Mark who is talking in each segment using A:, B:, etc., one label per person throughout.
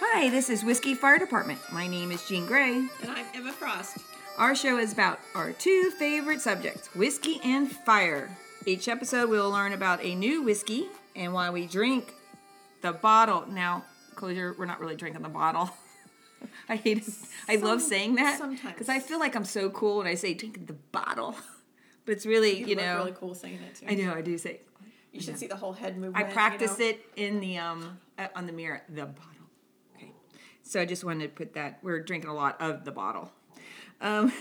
A: Hi, this is Whiskey Fire Department. My name is Jean Gray.
B: And I'm Emma Frost.
A: Our show is about our two favorite subjects whiskey and fire. Each episode, we will learn about a new whiskey and why we drink the bottle. Now, closure, we're not really drinking the bottle. I hate it. I love
B: Some-
A: saying that.
B: sometimes.
A: Because I feel like I'm so cool when I say drinking the bottle. But it's really, you,
B: look
A: know,
B: really cool singing it too.
A: I know, I do say.
B: You should see the whole head movement.
A: I
B: you
A: practice
B: know?
A: it in the, um, uh, on the mirror, the bottle. Okay. So I just wanted to put that, we're drinking a lot of the bottle. Um,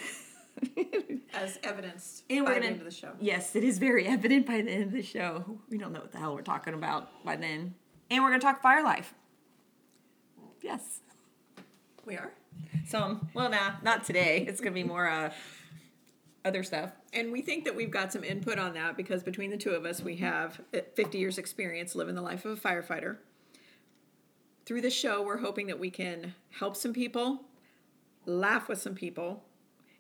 B: as evidenced
A: And
B: by
A: we're
B: the
A: gonna
B: end of the show.
A: Yes, it is very evident by the end of the show. We don't know what the hell we're talking about by then. And we're gonna talk fire life. Yes.
B: We are,
A: Some well nah, not today. It's gonna be more uh other stuff.
B: and we think that we've got some input on that because between the two of us, we have uh, 50 years experience living the life of a firefighter. Through the show, we're hoping that we can help some people, laugh with some people,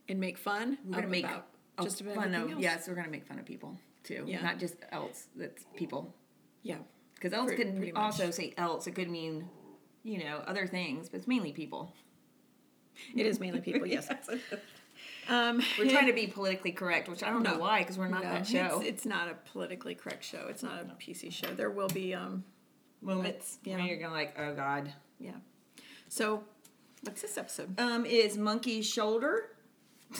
B: and make fun.
A: We're gonna
B: of
A: make
B: about
A: a
B: just about
A: fun
B: everything
A: of
B: else.
A: yes, we're gonna make fun of people too.
B: Yeah.
A: Not just else, that's people.
B: yeah.
A: Because else
B: Pretty-
A: could
B: pretty much.
A: also say else, it could mean, you know, other things, but it's mainly people.
B: It is mainly people. Yes, um,
A: We're trying to be politically correct, which I don't know
B: No.
A: why, because we're not
B: No,
A: that show.
B: It's, it's not a politically correct show. It's not a PC show. There will be, um,
A: Moments
B: Yeah.
A: where you're gonna like, oh god.
B: yeah. So, what's this episode?
A: um, is monkey shoulder.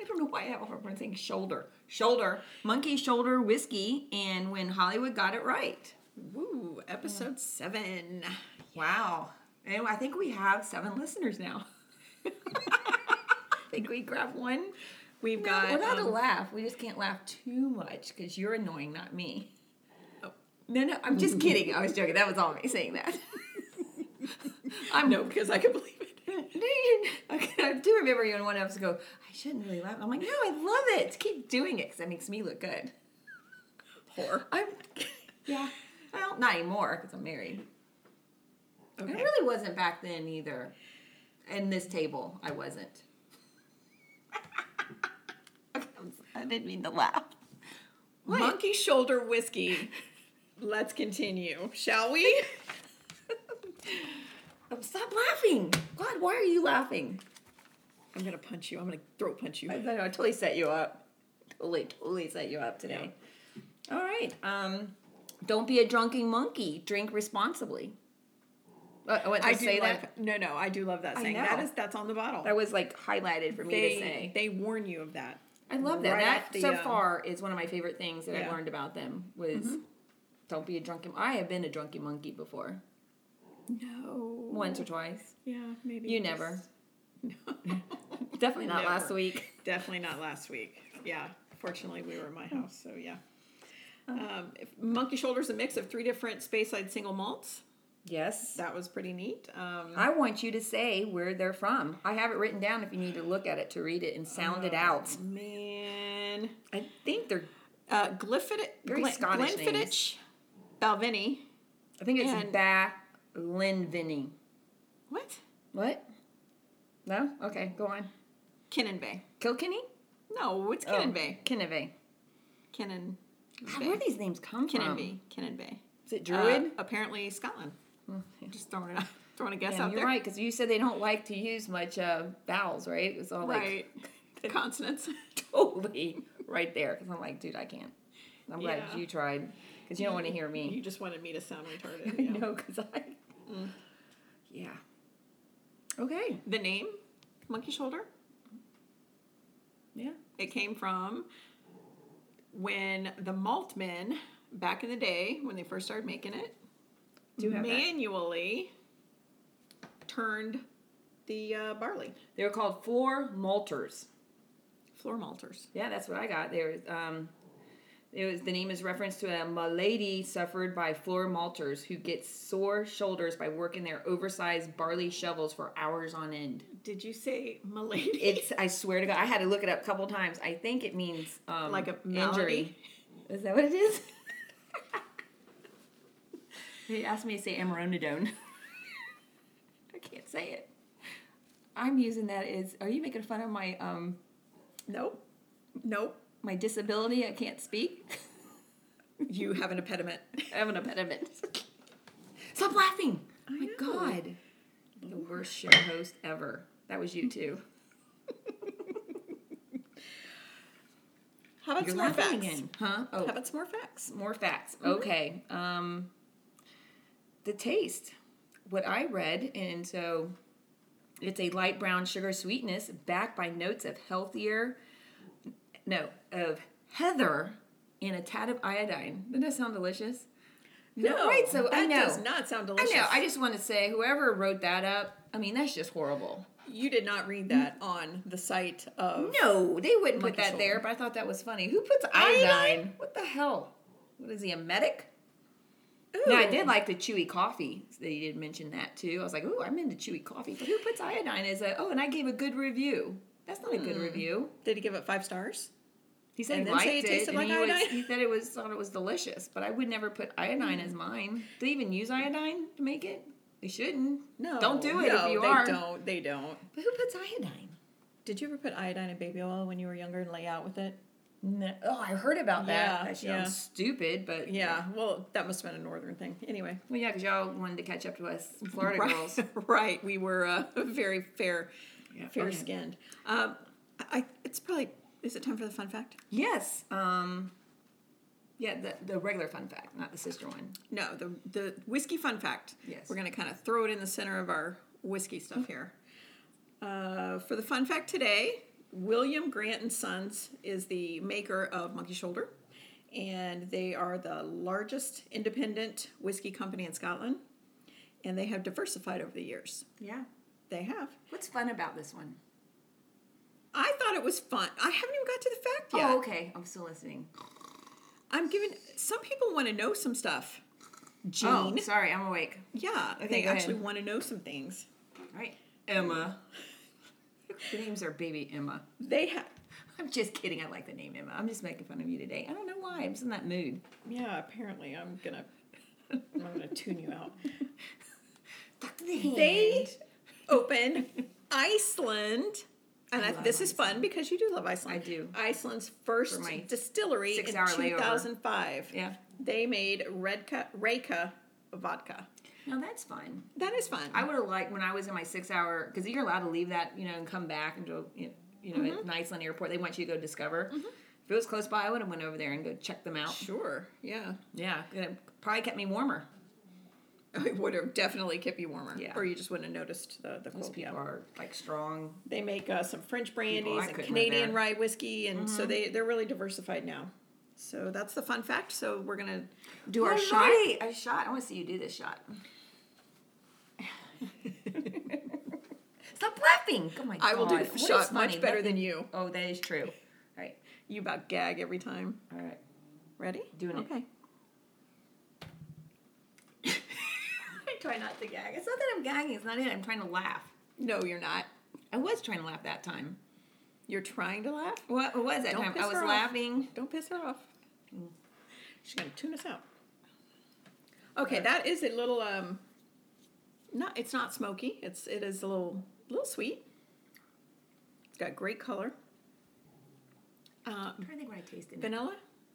A: I don't know why I have a hard time saying shoulder. Shoulder. Monkey shoulder whiskey and when Hollywood got it right.
B: Woo, episode seven.
A: Wow. And I think we have seven listeners now. I think we grabbed one.
B: We've
A: No,
B: got.
A: we're not
B: um,
A: to laugh. We just can't laugh too much because you're annoying, not me.
B: Oh.
A: No, no, I'm just kidding. I was joking. That was all me saying that.
B: I'm no, because I can believe it.
A: do you, okay, I do remember you in one episode go, I shouldn't really laugh. I'm like, no, I love it. Keep doing it because that makes me look good.
B: Whore.
A: I'm, yeah. Well, not anymore because I'm married.
B: Okay.
A: I really wasn't back then either. In this table, I wasn't. I didn't mean to laugh. What?
B: Monkey shoulder whiskey. Let's continue, shall we?
A: Oh, Stop laughing. God, why are you laughing?
B: I'm gonna punch you. I'm gonna throat punch you.
A: I, I know, I totally set you up. Totally, totally set you up today. All right. Um, don't be a drunken monkey. Drink responsibly. Uh, oh, did I,
B: do
A: say
B: love,
A: that.
B: No, no, I do love that
A: I
B: saying. That
A: know.
B: is that's on the bottle.
A: That was like highlighted for me
B: they
A: to say.
B: they warn you of that.
A: I love that.
B: right
A: that
B: off the,
A: so
B: um,
A: far is one of my favorite things that
B: Yeah. Mm-hmm.
A: I learned about them was don't be a drunken. I have been a drunken monkey before,
B: No.
A: once or twice.
B: Yeah, maybe.
A: You
B: it
A: never.
B: was-
A: Definitely not last
B: Never.
A: week.
B: Definitely not last week. Yeah. Fortunately, we were in my
A: Hmm.
B: house, so yeah. Um, if- Monkey Shoulder's a mix of three different Speyside single malts.
A: Yes.
B: That was pretty neat. Um,
A: I want you to say where they're from. I have it written down if you need to look at it to read it and sound
B: Mm.
A: it out.
B: man.
A: I think they're.
B: Uh, Glyfid-
A: Very
B: Glen-
A: Scottish
B: Glenfiddich, Balvenie.
A: I think it's
B: And-
A: Ba Linvinny.
B: What?
A: What? No. Okay, go on.
B: Kinnan Bay.
A: Kilkenny.
B: No,
A: Oh.
B: it's Kinnan Bay.
A: Kinnive.
B: Kinnan
A: God,
B: Bay.
A: Where these names come
B: Kinnan
A: from?
B: Bay. Kinnan Bay.
A: Is it
B: Uh,
A: Um, Druid?
B: apparently Scotland. Just throwing it out, throwing a guess
A: Yeah,
B: out
A: you're
B: there.
A: right because you said they don't like to use much uh, vowels, right? It was all like
B: Right. Consonants.
A: totally right there because I'm like, dude, I can't. I'm glad
B: Yeah.
A: you tried because you don't want to hear me.
B: You just wanted me to sound retarded.
A: I
B: yeah.
A: know because I. Mm. Yeah. Okay.
B: The name, Monkey Shoulder,
A: Yeah.
B: it came from when the malt men back in the day, when they first started making it,
A: Do you have that?
B: manually turned the uh, barley.
A: They were called floor malters.
B: Floor malters.
A: Yeah, that's what I got. There, um, it was the name is reference to a malady suffered by floor malters who get sore shoulders by working their oversized barley shovels for hours on end.
B: Did you say malady?
A: It's I swear to God, I had to look it up a couple times. I think it means um,
B: Like a
A: injury.
B: malady?
A: Is that what it is? they asked me to say amaronidone. I can't say it. I'm using that as. Are you making fun of my um
B: nope. Nope.
A: my disability? I can't speak.
B: You have an impediment.
A: I have an impediment. Stop laughing.
B: I
A: my
B: know.
A: worst show host ever. That was you too.
B: How about
A: You're
B: some more
A: laughing
B: facts?
A: again, huh?
B: How
A: Oh,
B: about some more facts?
A: more facts.
B: Mm-hmm.
A: Okay. Um, the taste. What I read, and so it's a light brown sugar sweetness backed by notes of healthier, no, of heather and a tad of iodine. Doesn't that sound delicious?
B: No,
A: right? So
B: that
A: I know.
B: does not sound
A: I
B: delicious.
A: know. I just want to say, whoever wrote that up, I mean, that's just horrible.
B: you did not read that on the site of.
A: No, they wouldn't put
B: Monkey
A: that
B: shoulder.
A: there, but I thought that was funny. Who puts iodine?
B: Iodine?
A: What the hell? What is he, a medic?
B: Ooh.
A: No, I did like the chewy coffee. They did mention that too. I was like, ooh, I'm into chewy coffee. But who puts iodine as a, oh, and I gave a good review. That's not a good review.
B: Did he give it five stars?
A: Hmm. He said
B: And
A: he
B: then
A: liked
B: say
A: it.
B: it tasted
A: and
B: like
A: he, was-
B: iodine?
A: he said it was thought it was delicious, but I would never put iodine as mine. Do they even use iodine to make it? They shouldn't.
B: No.
A: Don't do it
B: no,
A: if you
B: they
A: are.
B: don't. They don't.
A: But who puts iodine?
B: Did you ever put iodine in baby oil when you were younger and lay out with it?
A: No. Oh, I heard about that.
B: Yeah,
A: that sounds
B: yeah.
A: stupid, but
B: Yeah. Well, that must have been a northern thing. Anyway.
A: Well, yeah, because y'all wanted to catch up to us, Florida
B: right,
A: girls.
B: right. We were uh, very fair,
A: Yeah,
B: fair
A: okay.
B: skinned. Um, I. It's probably. Is it time for the fun fact?
A: Yes. Um, yeah, the, the regular fun fact, not the sister one.
B: No, the the whiskey fun fact.
A: Yes. Mm-hmm.
B: We're gonna kind of throw it in the center of our whiskey stuff here. Uh, for the fun fact today, William Grant and Sons is the maker of Monkey Shoulder, and they are the largest independent whiskey company in Scotland, and they have diversified over the years.
A: Yeah.
B: They have.
A: What's fun about this one?
B: I thought it was fun. I haven't even got to the fact yet.
A: Oh, okay. I'm still listening.
B: I'm giving. Some people want to know some stuff. Gene.
A: Oh, sorry. I'm awake.
B: Yeah,
A: Okay,
B: they
A: go
B: actually
A: ahead.
B: want to know some things.
A: All right. Emma. the names are baby Emma.
B: They have.
A: I'm just kidding. I like the name Emma. I'm just making fun of you today. I don't know why. I'm just in that mood.
B: Yeah, apparently I'm gonna I'm gonna tune you out. They
A: They.
B: open Iceland. And
A: I
B: I
A: love
B: this is fun because you do love Iceland.
A: I do.
B: Iceland's first
A: my
B: distillery in
A: six-hour layover.
B: 2005.
A: Yeah.
B: They made Redka Reka vodka.
A: Now that's fun.
B: That is fun.
A: I would have liked when I was in my six hour because you're allowed to leave that, you know, and come back and go, you know, you know at Iceland Airport. They want you to go discover. If it was close by, I would have went over there and go check them out.
B: sure. Yeah.
A: Yeah, it probably kept me warmer.
B: It would have definitely kept you warmer.
A: Yeah.
B: Or you just wouldn't have noticed the, the
A: Those
B: cold.
A: people
B: Yeah.
A: are like strong.
B: They make uh, some French brandies
A: I
B: and
A: couldn't live
B: Canadian
A: there. Mm-hmm.
B: rye whiskey, and so they they're really diversified now. So that's the fun fact. So we're gonna do our shot.
A: shot. A shot. I want to see you do this shot. Stop laughing. Oh my
B: I will do
A: God.
B: the
A: What is
B: shot
A: funny?
B: much better
A: Nothing-
B: than you.
A: Oh, that is true. All right.
B: You about gag every time.
A: All right.
B: Ready?
A: Doing it.
B: okay.
A: I try not to gag. It's not that I'm gagging. It's not it. I'm trying to laugh.
B: No, you're not.
A: I was trying to laugh that time.
B: You're trying to laugh.
A: What what was that
B: Don't
A: time?
B: piss
A: I was
B: her off.
A: laughing.
B: Don't piss her off.
A: Mm.
B: She's gonna tune us out. Okay, that is a little um. Not it's not smoky. It's it is a little little sweet. It's got great color. Uh,
A: I'm trying to think what I tasted.
B: vanilla.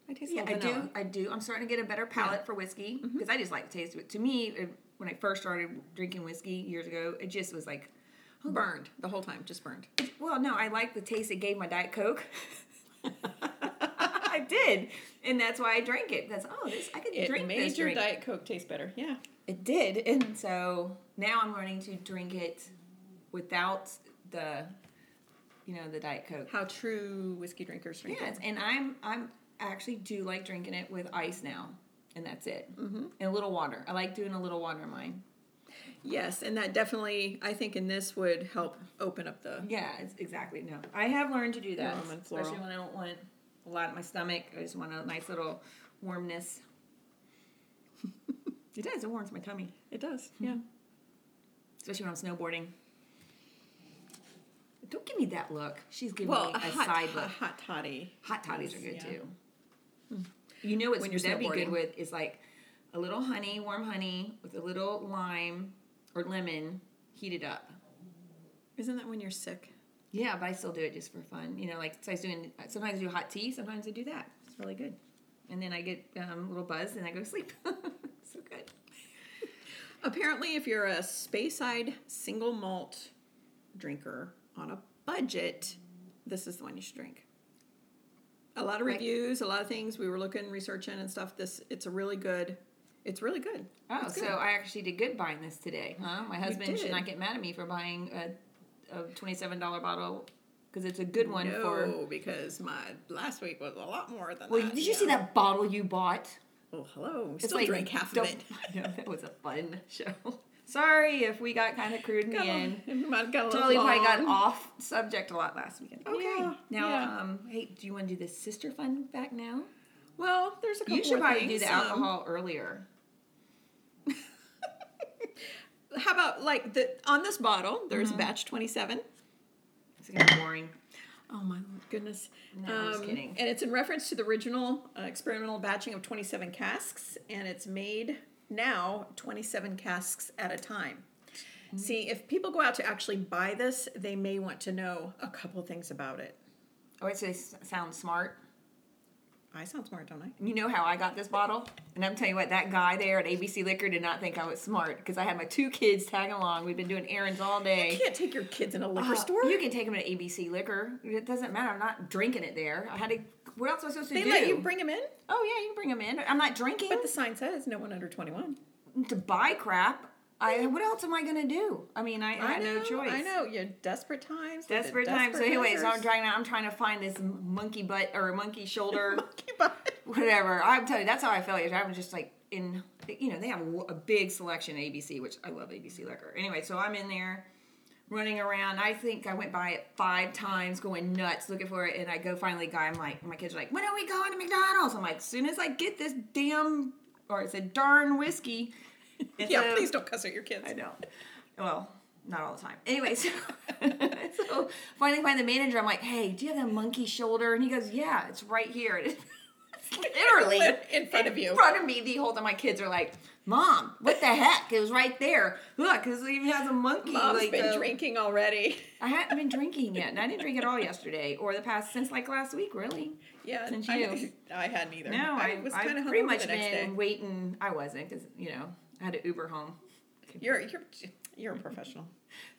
B: I Mm-hmm. taste
A: yeah,
B: a
A: I
B: little vanilla.
A: do. I do. I'm starting to get a better palate for whiskey because I just like the taste of it. To me, it- when I first started drinking whiskey years ago, it just was like,
B: Burned the whole time, just burned.
A: well, no, I like the taste it gave my Diet Coke. I did, and that's why I drank it. That's oh, this I could
B: It
A: drink
B: made
A: this
B: your
A: drink.
B: diet coke taste better. Yeah.
A: It did, and so now I'm learning to drink it without the, you know, the Diet Coke.
B: How true whiskey drinkers drink
A: Yes,
B: it.
A: and I'm I'm actually do like drinking it with ice now, and that's it. Mm-hmm. And a little water. I like doing a little water in mine.
B: Yes, and that definitely I think in this would help open up the
A: Yeah, it's exactly. No, I have learned to do that,
B: Warm and floral.
A: especially when I don't want a lot in my stomach. I just want a nice little warmness. it does. It warms my tummy,
B: It does. Yeah.
A: especially when I'm snowboarding. Don't give me that look. She's giving
B: Well,
A: me
B: a
A: a
B: hot,
A: side
B: hot,
A: look.
B: hot toddy.
A: Hot toddies are good
B: Yeah.
A: too.
B: Hmm.
A: You know what's
B: When you're
A: that'd be good
B: snowboarding.
A: with is like a little honey, warm honey with a little lime or lemon heated up.
B: Isn't that when you're sick?
A: Yeah, but I still do it just for fun. You know, like so I was doing. Sometimes I do hot tea. Sometimes I do that. It's really good. And then I get um, a little buzz and I go to sleep. so good.
B: Apparently, if you're a Speyside single malt drinker on a budget, this is the one you should drink. A lot of
A: Right.
B: reviews, a lot of things we were looking, researching, and stuff. This it's a really good. It's really good.
A: Oh,
B: It's
A: so
B: good.
A: I actually did good buying this today, huh? My husband should
B: did.
A: not get mad at me for buying a, a twenty-seven dollar bottle because it's a good one
B: no,
A: for.
B: because my last week was a lot more than.
A: Well,
B: that,
A: did you see that bottle you bought?
B: Oh, hello. We
A: It's
B: Still
A: like,
B: drank half of
A: don't-
B: it.
A: I know, that was a fun show. Sorry if we got kind of crude in the end.
B: It might have got a little
A: Totally probably got
B: long.
A: off subject a lot last weekend.
B: Okay.
A: Now,
B: Yeah.
A: um, hey, do you want to do the sister fun back now?
B: Well, there's a couple
A: You should
B: more
A: probably do
B: things,
A: the
B: um,
A: alcohol earlier.
B: How about like the on this bottle? There's batch 27.
A: It's gonna be boring.
B: Oh my goodness! Um,
A: No, I'm just kidding.
B: And it's in reference to the original uh, experimental batching of 27 casks, and it's made now 27 casks at a time.
A: Mm-hmm.
B: See, if people go out to actually buy this, they may want to know a couple things about it.
A: I would say s- sound smart.
B: I sound smart, don't I?
A: You know how I got this bottle? And I'm telling you what, that guy there at ABC Liquor did not think I was smart because I had my two kids tag along. We've been doing errands all day.
B: You can't take your kids in a liquor
A: Uh,
B: store.
A: You can take them to ABC Liquor. It doesn't matter. I'm not drinking it there. I had to. What else was I supposed to
B: they
A: do?
B: let you bring them in,
A: oh yeah, you can bring them in. I'm not drinking
B: but the sign says no one under 21.
A: to buy crap. I what else am I gonna do? I mean, I, I had no
B: know,
A: choice.
B: I know. You're desperate times. with the
A: Desperate times. So, anyways, I'm
B: measures.
A: trying to. I'm trying to find this monkey butt or monkey shoulder.
B: Monkey butt.
A: whatever. I'm telling you, that's how I felt. yesterday. I was just like in, you know, they have a, a big selection at ABC, which I love ABC liquor. Anyway, so I'm in there running around. I think I went by it five times, going nuts looking for it, and I go finally, guy. I'm like, my kids are like, when are we going to McDonald's? I'm like, as soon as I get this damn, or it's a darn whiskey. And
B: Yeah,
A: so-
B: please don't cuss at your kids.
A: I know. Well, not all the time. Anyway, so, so finally find the manager. I'm like, hey, do you have that monkey shoulder? And he goes, yeah, it's right here. And it's literally
B: In front of you.
A: In front of me the whole time. My kids are like, mom, what the heck? It was right there. Look, it even has a monkey.
B: Mom's
A: like,
B: been
A: uh,
B: drinking already.
A: I hadn't been drinking yet, and I didn't drink at all yesterday or the past since like last week, really.
B: Yeah,
A: Since
B: I,
A: you-
B: I hadn't either.
A: No, I,
B: was
A: I've
B: kind of
A: pretty
B: hungover
A: much
B: the next
A: been
B: day.
A: waiting. I wasn't because you know I had to Uber home.
B: You're you're you're a professional.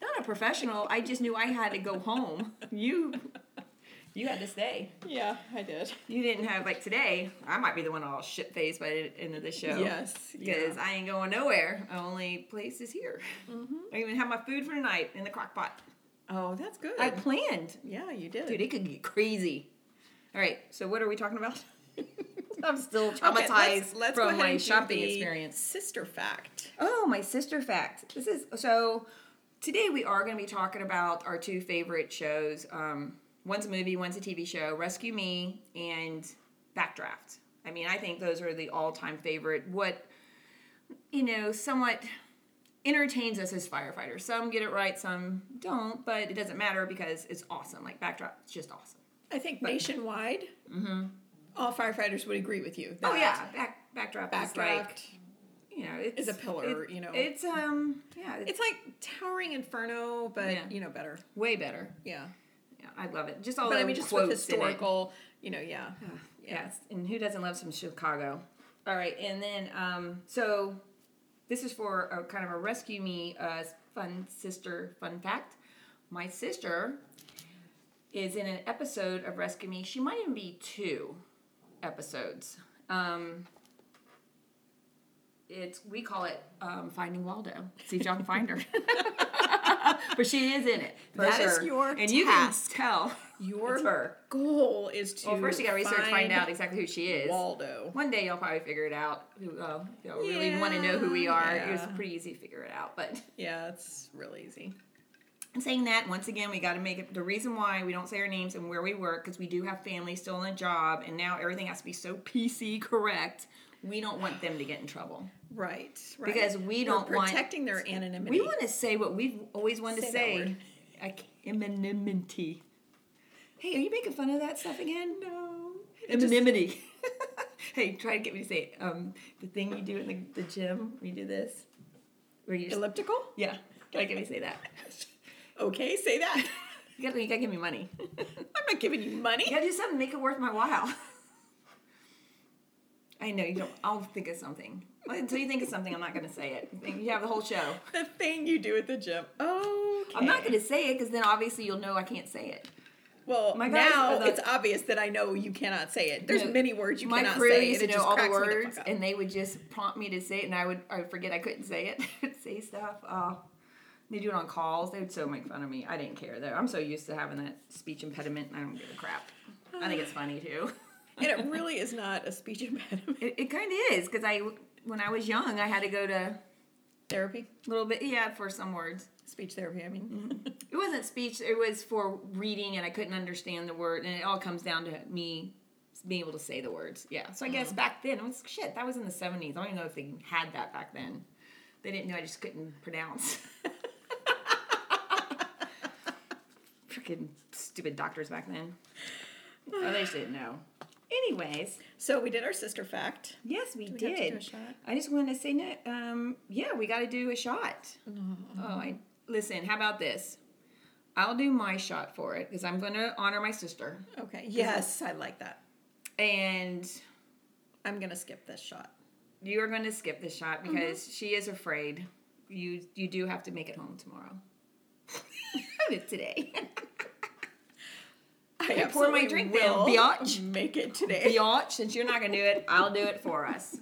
A: not a professional. I just knew I had to go home. You, you had to stay.
B: Yeah, I did.
A: You didn't have like today. I might be the one all shit faced by the end of the show.
B: Yes,
A: because
B: yeah.
A: I ain't going nowhere. Only place is here.
B: Mm-hmm.
A: I even have my food for tonight in the crock pot.
B: Oh, that's good.
A: I planned,
B: yeah, you did.
A: dude. It could get crazy. All right. So what are we talking about?
B: I'm still
A: traumatized from my shopping
B: the
A: experience.
B: Sister fact.
A: Oh, my sister fact. This is so. Today we are going to be talking about our two favorite shows. Um, one's a movie, one's a TV show. Rescue Me and Backdraft. I mean, I think those are the all-time favorite. What you know, somewhat entertains us as firefighters. Some get it right, some don't, but it doesn't matter because it's awesome. Like Backdraft, it's just awesome.
B: I think nationwide, Mm-hmm. all firefighters would agree with you.
A: Oh
B: that
A: yeah, back Backdraft,
B: backdraft
A: is like you know, it's
B: is a pillar.
A: it-
B: you know,
A: It's um, yeah, it's
B: it's like towering inferno, but
A: Yeah.
B: you know better.
A: way better.
B: Yeah,
A: Yeah, I love it. Just all
B: but
A: the
B: I mean, just
A: quotes
B: with
A: in it.
B: historical. You know, yeah.
A: Yes, and who doesn't love some Chicago? All right, and then um, so this is for a kind of a rescue me uh, fun sister fun fact. My sister is in an episode of Rescue Me. She might even be two episodes. Um, it's we call it um, Finding Waldo. See if y'all can find her. but she is in it. for
B: That is
A: sure.
B: your
A: and you can
B: task.
A: tell
B: Your
A: it's her.
B: goal is to
A: Well, first you got to research, find, out exactly who she is.
B: Waldo.
A: One day you'll probably figure it out. Who uh, you will really want to know who we are? It was
B: Yeah.
A: pretty easy to figure it out. But
B: Yeah, it's real easy.
A: in saying that, once again, we got to make it the reason why we don't say our names and where we work because we do have family still in a job, and now everything has to be so PC correct. We don't want them to get in trouble.
B: Right, right.
A: Because we don't
B: We're
A: want-
B: protecting their anonymity.
A: We want to say what we've always wanted to
B: Say that
A: say.
B: word.
A: Like anonymity. Hey, are you making fun of that stuff again?
B: no.
A: Anonymity. hey, try to get me to say it. um, the thing you do in the, the gym. We do this. Where you just,
B: Elliptical?
A: yeah. Try to get me to say that.
B: Okay, say that.
A: You gotta, you gotta give me money.
B: I'm not giving you money.
A: You gotta do something. to Make it worth my while. I know you don't. I'll think of something. Well, Until you think of something, I'm not going to say it. You have the whole show.
B: The thing you do at the gym. Oh,
A: I'm not going to say it because then obviously you'll know I can't say it.
B: Well,
A: My guys
B: now
A: are the-
B: it's obvious that I know you cannot say it. There's
A: know,
B: many words you
A: my
B: cannot
A: crew
B: say.
A: used
B: and
A: to
B: it
A: know
B: just
A: all the
B: cracks me the
A: words,
B: fuck up.
A: and they would just prompt me to say it, and I would I would forget I couldn't say it. I would say stuff. Oh, they do it on calls. They would so make fun of me. I didn't care though. I'm so used to having that speech impediment, and I don't give a crap. I think it's funny too.
B: and it really is not a speech impediment
A: It, it kind of is because I when I was young, I had to go to
B: therapy.
A: a little bit yeah for some words.
B: Speech therapy, I mean.
A: It wasn't speech. It was for reading, and I couldn't understand the word. And it all comes down to me being able to say the words. Yeah. So I
B: Mm-hmm.
A: guess back then, I was shit. That was in the seventies. I don't even know if they had that back then. They didn't know. I just couldn't pronounce. Freaking stupid doctors back then. Oh, they just didn't know. Anyways,
B: So we did our sister fact.
A: yes, we
B: Do we have to
A: did.
B: do a shot?
A: I just want to say, no, um, yeah, we got to do a shot. Oh, I listen. How about this? I'll do my shot for it because I'm going to honor my sister,
B: Okay. Yes, I like that.
A: and
B: I'm gonna skip this shot.
A: you are going to skip this shot because she is afraid. You you do have to make it home tomorrow. Today,
B: I
A: can pour my
B: absolutely
A: drink down,
B: will
A: biatch.
B: Make it today.
A: Biatch, since you're not going to do it, I'll do it for us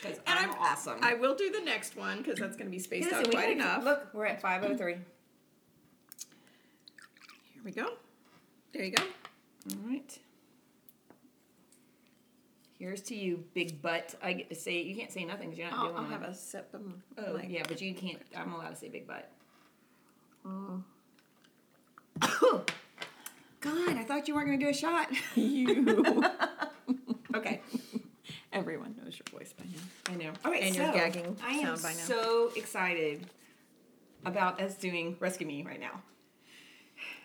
A: because I'm, awesome.
B: I will do the next one because that's gonna be spaced
A: Listen,
B: out
A: we
B: quite
A: gotta-
B: enough.
A: Look, we're at five oh three.
B: Here we go. There you go.
A: All right. Here's to you, big butt. I get to say you can't say nothing because you're not
B: I'll,
A: doing
B: I'll have
A: it.
B: a sip of
A: Oh,
B: my.
A: yeah, but you can't. I'm allowed to say big butt. Oh. God, I thought you weren't gonna do a shot.
B: You.
A: okay,
B: Everyone knows your voice by now.
A: I know. All right,
B: And
A: so
B: your gagging
A: I am
B: sound by now.
A: so excited about us doing Rescue Me right now.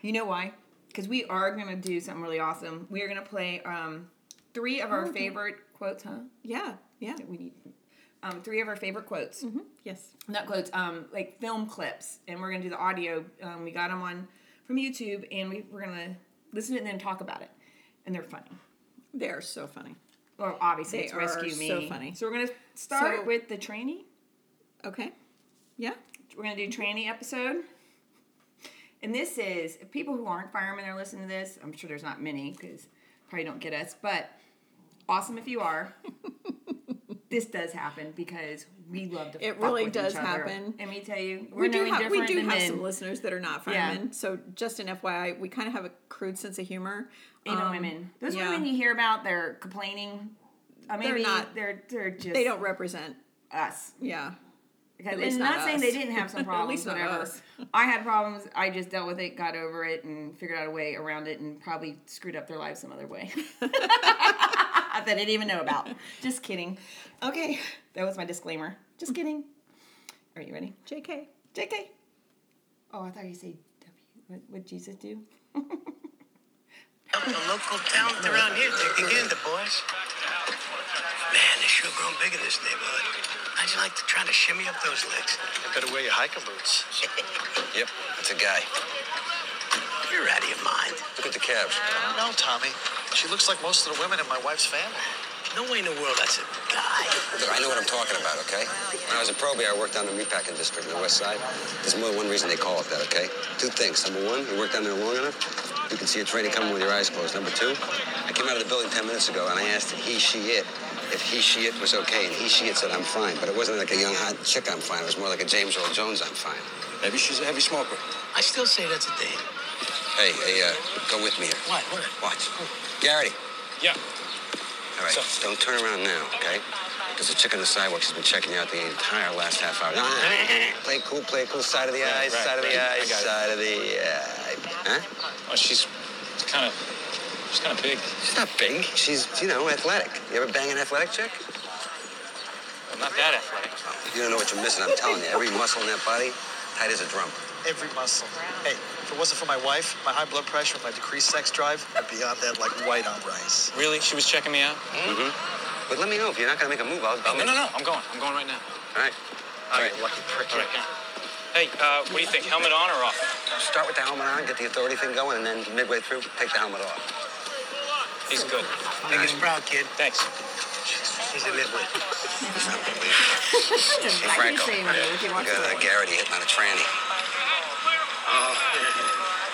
A: You know why? Because we are gonna do something really awesome. We are gonna play um, three of our favorite quotes, huh?
B: Yeah. Yeah.
A: that we need. Um, three of our favorite quotes,
B: Yes.
A: not quotes, um, like film clips, and we're gonna do the audio. Um, we got them on from YouTube, and we, we're gonna listen to it and then talk about it, and they're funny.
B: They are so funny.
A: Well, obviously,
B: They
A: it's
B: are
A: rescue me.
B: so funny.
A: So we're gonna start
B: So-
A: with the tranny.
B: Okay. Yeah.
A: We're gonna do tranny episode, and this is if people who aren't firemen are listening to this. I'm sure there's not many because probably don't get us, but awesome if you are. this does happen because we love to.
B: It
A: fuck
B: really
A: with
B: does
A: each other.
B: happen.
A: And me tell you, we're
B: We do,
A: no
B: have, we
A: different
B: do
A: than
B: have
A: men.
B: some listeners that are not
A: Yeah.
B: firemen. So just an FYI, we kind of have a crude sense of humor.
A: Ain't no
B: Um,
A: women. Those
B: yeah.
A: women you hear about, they're complaining. Uh, maybe they're
B: not-
A: They're they're just
B: They don't represent.
A: us.
B: Yeah.
A: Because
B: At
A: it's
B: least
A: not,
B: not
A: saying
B: us.
A: they didn't have some
B: At
A: problems,
B: least not
A: whatever.
B: us.
A: I had problems. I just dealt with it, got over it, and figured out a way around it, and probably screwed up their lives some other way that I didn't even know about. Just kidding. Okay, that was my disclaimer. Just kidding. Are you ready?
B: JK.
A: JK. Oh, I thought you said W. What would Jesus do?
C: The local talent around here taking in the boys. Man, they sure grown big in this neighborhood. How'd you like to try to shimmy up those legs?
D: You better wear your hiking boots.
C: Yep, that's a guy. You're out of your mind.
D: Look at the calves. No, Tommy. She looks like most of the women in my wife's family.
C: No way in the world that's a guy.
E: Look, I know what I'm talking about, okay? When I was a probie, I worked down in the meatpacking district on the west side. There's more than one reason they call it that, okay? Two things. Number one, you work down there long enough, you can see a trainee coming with your eyes closed. Number two, I came out of the building 10 minutes ago and I asked he, she, it if he, she, it was okay. And he, she, it said, I'm fine. But it wasn't like a young, hot chick, I'm fine. It was more like a James Earl Jones, I'm fine. Maybe she's a heavy smoker.
C: I still say that's a date.
E: Hey, hey, uh, go with me here.
C: What? What?
E: Watch. Garrity.
D: Oh. Yeah.
E: All right, don't turn around now, okay? Because the chick on the sidewalk has been checking you out the entire last half hour. play cool, play cool. Side of the eye,
D: Right, right,
E: side of the eye,
D: right. I got it.
E: side of the eye. Huh?
D: Oh, she's kind of, she's kind of big.
E: She's not big. She's, you know, athletic. You ever bang an athletic chick?
D: Well, not that athletic.
E: You don't know what you're missing. I'm telling you. Every muscle in that body, tight as a drum.
D: Every muscle. Hey, if it wasn't for my wife, my high blood pressure, and my decreased sex drive, I'd be on that like white on rice. Really? She was checking me out?
E: But let me know if you're not gonna make a move. I'll, I'll
D: No, no, no. I'm going. I'm going right now.
E: All right. All right.
D: lucky prick. All right, come on. Hey, uh, what do you think? Helmet on or off?
E: Start with the helmet on, get the authority thing going, and then midway through, take the helmet off.
D: He's good.
C: Make us proud, kid.
D: Thanks.
C: He's a nitwit.
A: I can say my name if you
E: I
A: want to.
E: got uh, Garrity hitting on a tranny. Oh,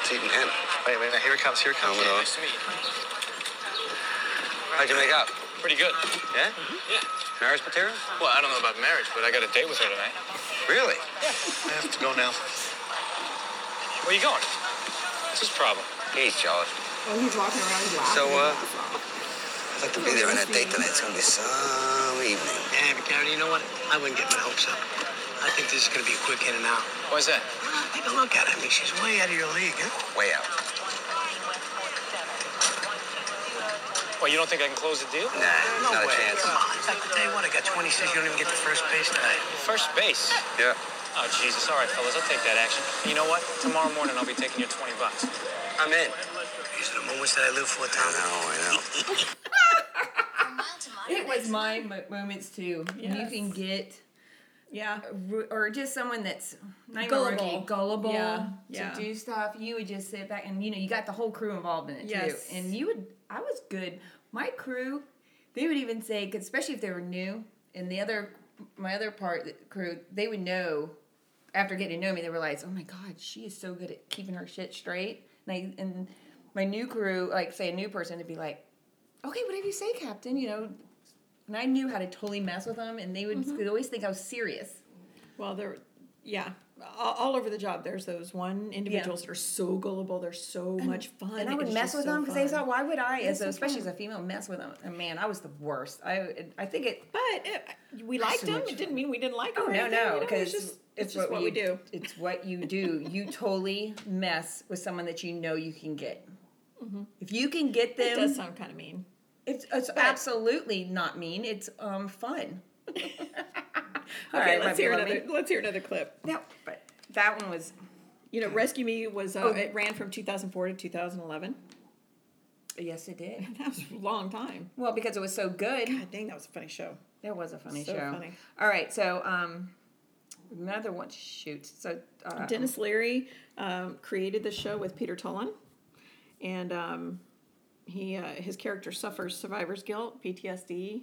E: It's eating him.
D: Wait, wait, wait, here it comes, here it comes.
E: Coming on.
D: Nice to meet you.
E: How'd you make out?
F: Pretty good.
E: Yeah?
F: Yeah.
E: Marriage material?
F: Well, I don't know about marriage, but I got a date with her tonight.
E: Really?
D: I have to go now.
F: Where you going? What's his problem?
E: He's jealous.
A: Oh, he's walking around laughing.
E: So, uh, I'd like to be there on that date tonight. It's gonna be some evening.
C: Yeah, but Gary, you know what? I wouldn't get my hopes up. I think this is going to be a quick in and out.
F: Why's that?
C: Take a look at her. I mean, she's way out of your league, huh?
E: Way out.
F: Well, you don't think I can close the deal?
E: Nah, not a chance.
C: Come on. In fact, I tell you what, I got 26. You don't even get the first base tonight.
F: First base.
E: Yeah.
F: Oh, Jesus. All right, fellas, I'll take that action. And you know what? Tomorrow morning, I'll be taking your 20 bucks.
E: I'm in.
C: These are the moments that I live for,
E: I
C: Tom.
E: know, I know.
A: it was my mo- moments too. And You
B: Yes.
A: can get,
B: Yeah.
A: ru- or just someone that's not even rookie,
B: Gullible.
A: gullible
B: Yeah,
A: to
B: yeah.
A: do stuff. You would just sit back and you know you got the whole crew involved in it
B: Yes.
A: too. And you would, I was good. My crew, they would even say, 'cause especially if they were new, and the other, my other part the crew, they would know after getting to know me, they realized, oh my god, she is so good at keeping her shit straight. Like, and my new crew, like say a new person, would be like, okay, whatever you say, Captain. You know, and I knew how to totally mess with them, and they would
B: Mm-hmm.
A: they'd always think I was serious.
B: Well, there, yeah, all, all over the job. There's those one individuals that are so gullible. They're so much fun,
A: And I would
B: it's
A: mess
B: just
A: with
B: so
A: them because they
B: fun.
A: thought, why would I, as
B: so
A: a, especially as a female, mess with them? And man, I was the worst. I I think it.
B: But it, we liked
A: so
B: them.
A: much
B: It didn't mean we didn't like them.
A: Oh no, no, because
B: it's just, it's just what,
A: you,
B: we do.
A: It's what you do. You totally mess with someone that you know you can get. If you can get
B: It does
A: them,
B: sound kind of mean.
A: it's, it's absolutely not mean. It's um fun. All
B: Okay,
A: right,
B: let's
A: my
B: hear
A: beloved.
B: another. Let's hear another clip.
A: No, but that one was
B: You know, Rescue Me was uh,
A: Oh.
B: it ran from 2004 to 2011.
A: yes, it did.
B: That was a long time.
A: Well, because it was so good.
B: God dang, that was a funny show.
A: That was a funny
B: So
A: show.
B: funny.
A: All right, so um, another one. Shoot, so uh,
B: Dennis Leary um, created the show with Peter Tullen, and um, he uh, his character suffers survivor's guilt, PTSD,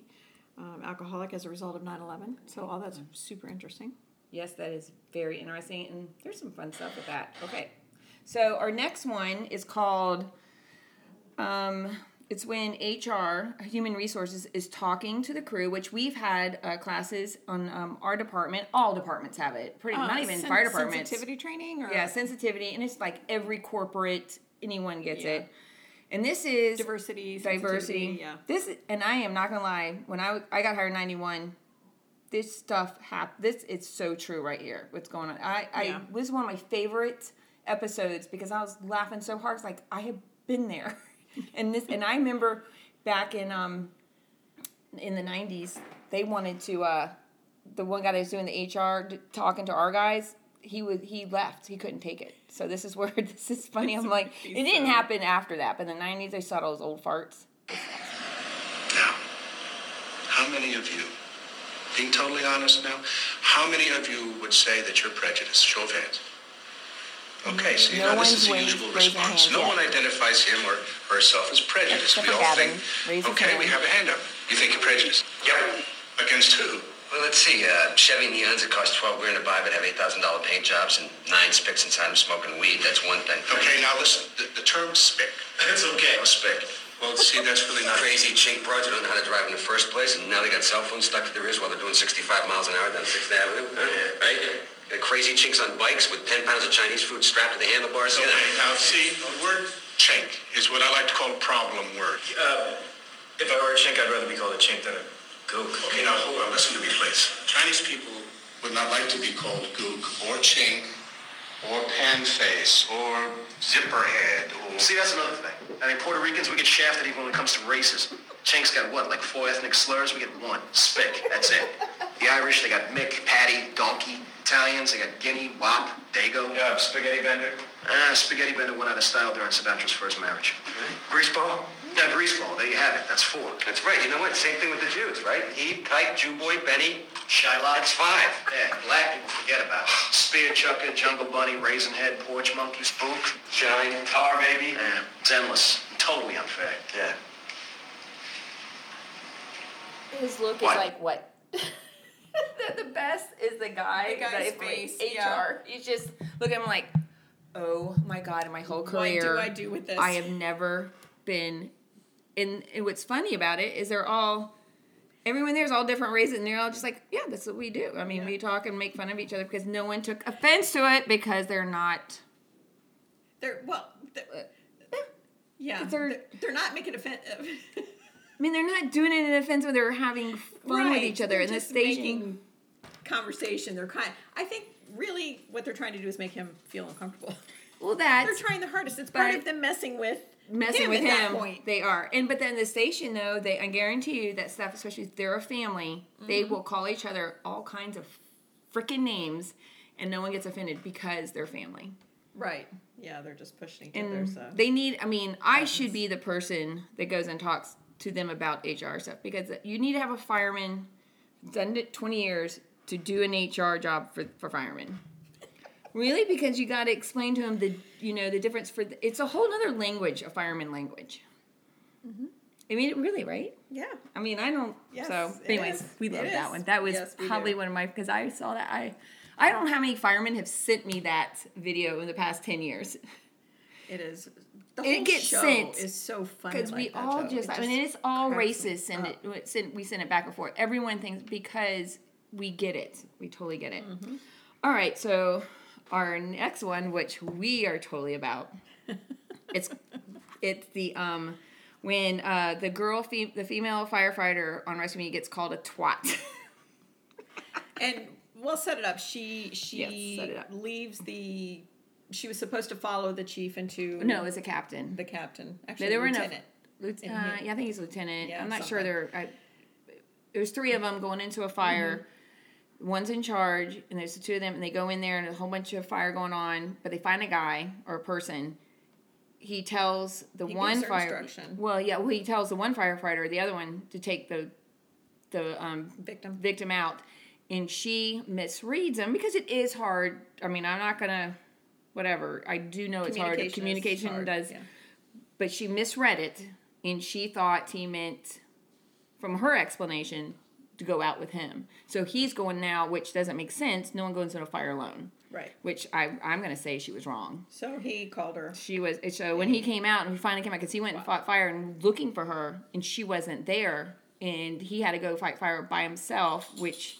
B: um, alcoholic as a result of 9/11. So all that's super interesting.
A: yes, that is very interesting, and there's some fun stuff with that. Okay, so our next one is called. Um, it's when HR, human resources, is talking to the crew, which we've had uh, classes on um, our department. All departments have it. Pretty not even
B: Oh, Uh, Sen-
A: fire departments.
B: sensitivity training or
A: Yeah, sensitivity, and it's like every corporate anyone gets it. And this is
B: diversity,
A: diversity.
B: sensitivity, Yeah,
A: This and I am not gonna lie. When I w- I got hired in '91, this stuff happened. This it's so true right here. What's going on? I I
B: Yeah.
A: this is one of my favorite episodes because I was laughing so hard. It's like I have been there, and this and I remember back in um in the '90s they wanted to uh the one guy that was doing the HR d- talking to our guys. He was he left. He couldn't take it. So this is where this is funny. I'm like, it didn't happen after that, but in the '90s they saw those old farts.
G: Now, how many of you, being totally honest now, how many of you would say that you're prejudiced? Show of hands. Okay, so you
A: No
G: know this
A: one's
G: is the
A: raised-
G: usual
A: raising
G: response.
A: hands
G: No
A: yet.
G: one identifies him or herself as prejudiced.
A: Except
G: We
A: for
G: all
A: Gavin.
G: think,
A: Raise his
G: okay, we
A: hand.
G: have a hand up. You think you're prejudiced? Yep. Against who?
E: Well, let's see. Uh, Chevy Neons that cost 12 grand to buy but have $8,000 paint jobs and nine spicks inside them smoking weed. That's one thing.
G: Okay, now listen, the, the term spick. It's okay. A spick. Well, see, that's really not.
E: Crazy chink broads who don't know how to drive in the first place, and now they got cell phones stuck to their ears while they're doing 65 miles an hour down 6th Avenue. huh? Right? The crazy chinks on bikes with 10 pounds of Chinese food strapped to the handlebars. You know.
G: Okay, now see, the word chink is what I like to call a problem word.
H: Uh, If I were a chink, I'd rather be called a chink than a gook.
G: Okay, now hold on, listen to me, please. Chinese people would not like to be called gook or chink or pan face or zipper head or.
H: See, that's another thing. I mean, Puerto Ricans, we get shafted even when it comes to races. Chinks got what, like four ethnic slurs? We get one. Spick, that's it. The Irish, they got Mick, Patty, Donkey. Italians, they got Guinea, Wop, Dago.
G: Yeah, spaghetti bender.
H: Ah, Spaghetti Bender went out of style during Sinatra's first marriage. Greaseball? Yeah, Greaseball, there you have it, that's four.
E: That's right. You know what? Same thing with the Jews, right? He, Kike, Jew boy, Benny.
H: Shylock?
E: That's five.
H: Yeah, black people forget about it. Spear chucker, jungle bunny, raisin head, porch monkey, spook.
E: Shine. Tar, baby.
H: Yeah, it's endless. Totally unfair.
E: Yeah.
I: his look is
H: What?
I: like what? the, the best is the guy.
B: The guy's
I: that if we-
B: face,
I: HR.
B: yeah.
I: You just look at him like, oh my god, in my whole
B: What do
I: career,
B: I do with this?
A: I have never been. And, and what's funny about it is they're all, everyone there's all different races, and they're all just like, yeah, that's what we do. I mean, we talk and make fun of each other because no one took offense to it because they're not.
B: They're well.
A: Uh,
B: They're, yeah,
A: They're-
B: they're, they're not making offensive.
A: I mean, they're not doing it in an offensive. They're having fun with each other
B: they're
A: in this
B: just
A: staging.
B: making conversation. They're kind. I think really what they're trying to do is make him feel uncomfortable.
A: Well,
B: They're
A: that's
B: trying the hardest. It's part
A: but-
B: of them messing with
A: messing
B: him
A: with
B: at that
A: him.
B: point.
A: They are, and but then the station though, they I guarantee you that stuff, especially if they're a family, they
B: Mm-hmm.
A: will call each other all kinds of freaking names, and no one gets offended because they're family.
B: Right. Yeah, they're just pushing each
A: And
B: other. So
A: they need. I mean, I should be the person that goes and talks to them about HR stuff because you need to have a fireman done it twenty years to do an HR job for for firemen. Really, because you got to explain to them the you know the difference for the, it's a whole other language, a fireman language. I mean, it really, right?
B: yeah,
A: I mean, I don't.
B: Mm-hmm. Yes,
A: so,
B: it
A: anyways,
B: is.
A: we
B: It
A: love that
B: is.
A: one. That was
B: Yes, we
A: probably
B: do.
A: one of my because I saw that I. I don't know how many firemen have sent me that video in the past 10 years.
B: it is. The
A: It
B: whole
A: gets
B: show
A: sent.
B: is so funny
A: because we
B: like that,
A: all
B: though.
A: just,
B: It
A: I mean it's all
B: cracks me
A: racist and it, we send- we send it back and forth everyone thinks because we get it we totally get it
B: Mm-hmm.
A: All right so our next one which we are totally about it's it's the um when uh the girl fe- the female firefighter on rescue me gets called a twat
B: and we'll set it up. She she
A: Yes, set it up.
B: leaves the. She was supposed to follow the chief into
A: no it's a captain
B: the captain. Actually,
A: no, there were
B: lieutenant.
A: enough lieutenant uh, yeah i think he's lieutenant
B: Yeah,
A: i'm not sure
B: something.
A: there I, it was three of them going into a fire
B: Mm-hmm.
A: one's in charge and there's the two of them and they go in there and a whole bunch of fire going on but they find a guy or a person he tells the
B: He
A: one
B: gives her
A: fire
B: instruction.
A: well yeah well he tells the one firefighter the other one to take the the um,
B: Victim.
A: victim out and she misreads him because it is hard i mean i'm not gonna whatever i do know it's hard
B: is
A: communication
B: hard,
A: does
B: yeah.
A: but she misread it and she thought he meant from her explanation to go out with him so he's going now which doesn't make sense no one goes into a fire alone
B: Right.
A: which I, i'm going to say she was wrong
B: So he called her.
A: she was so when he came out and he finally came out because he went and fought fire and looking for her and she wasn't there and he had to go fight fire by himself which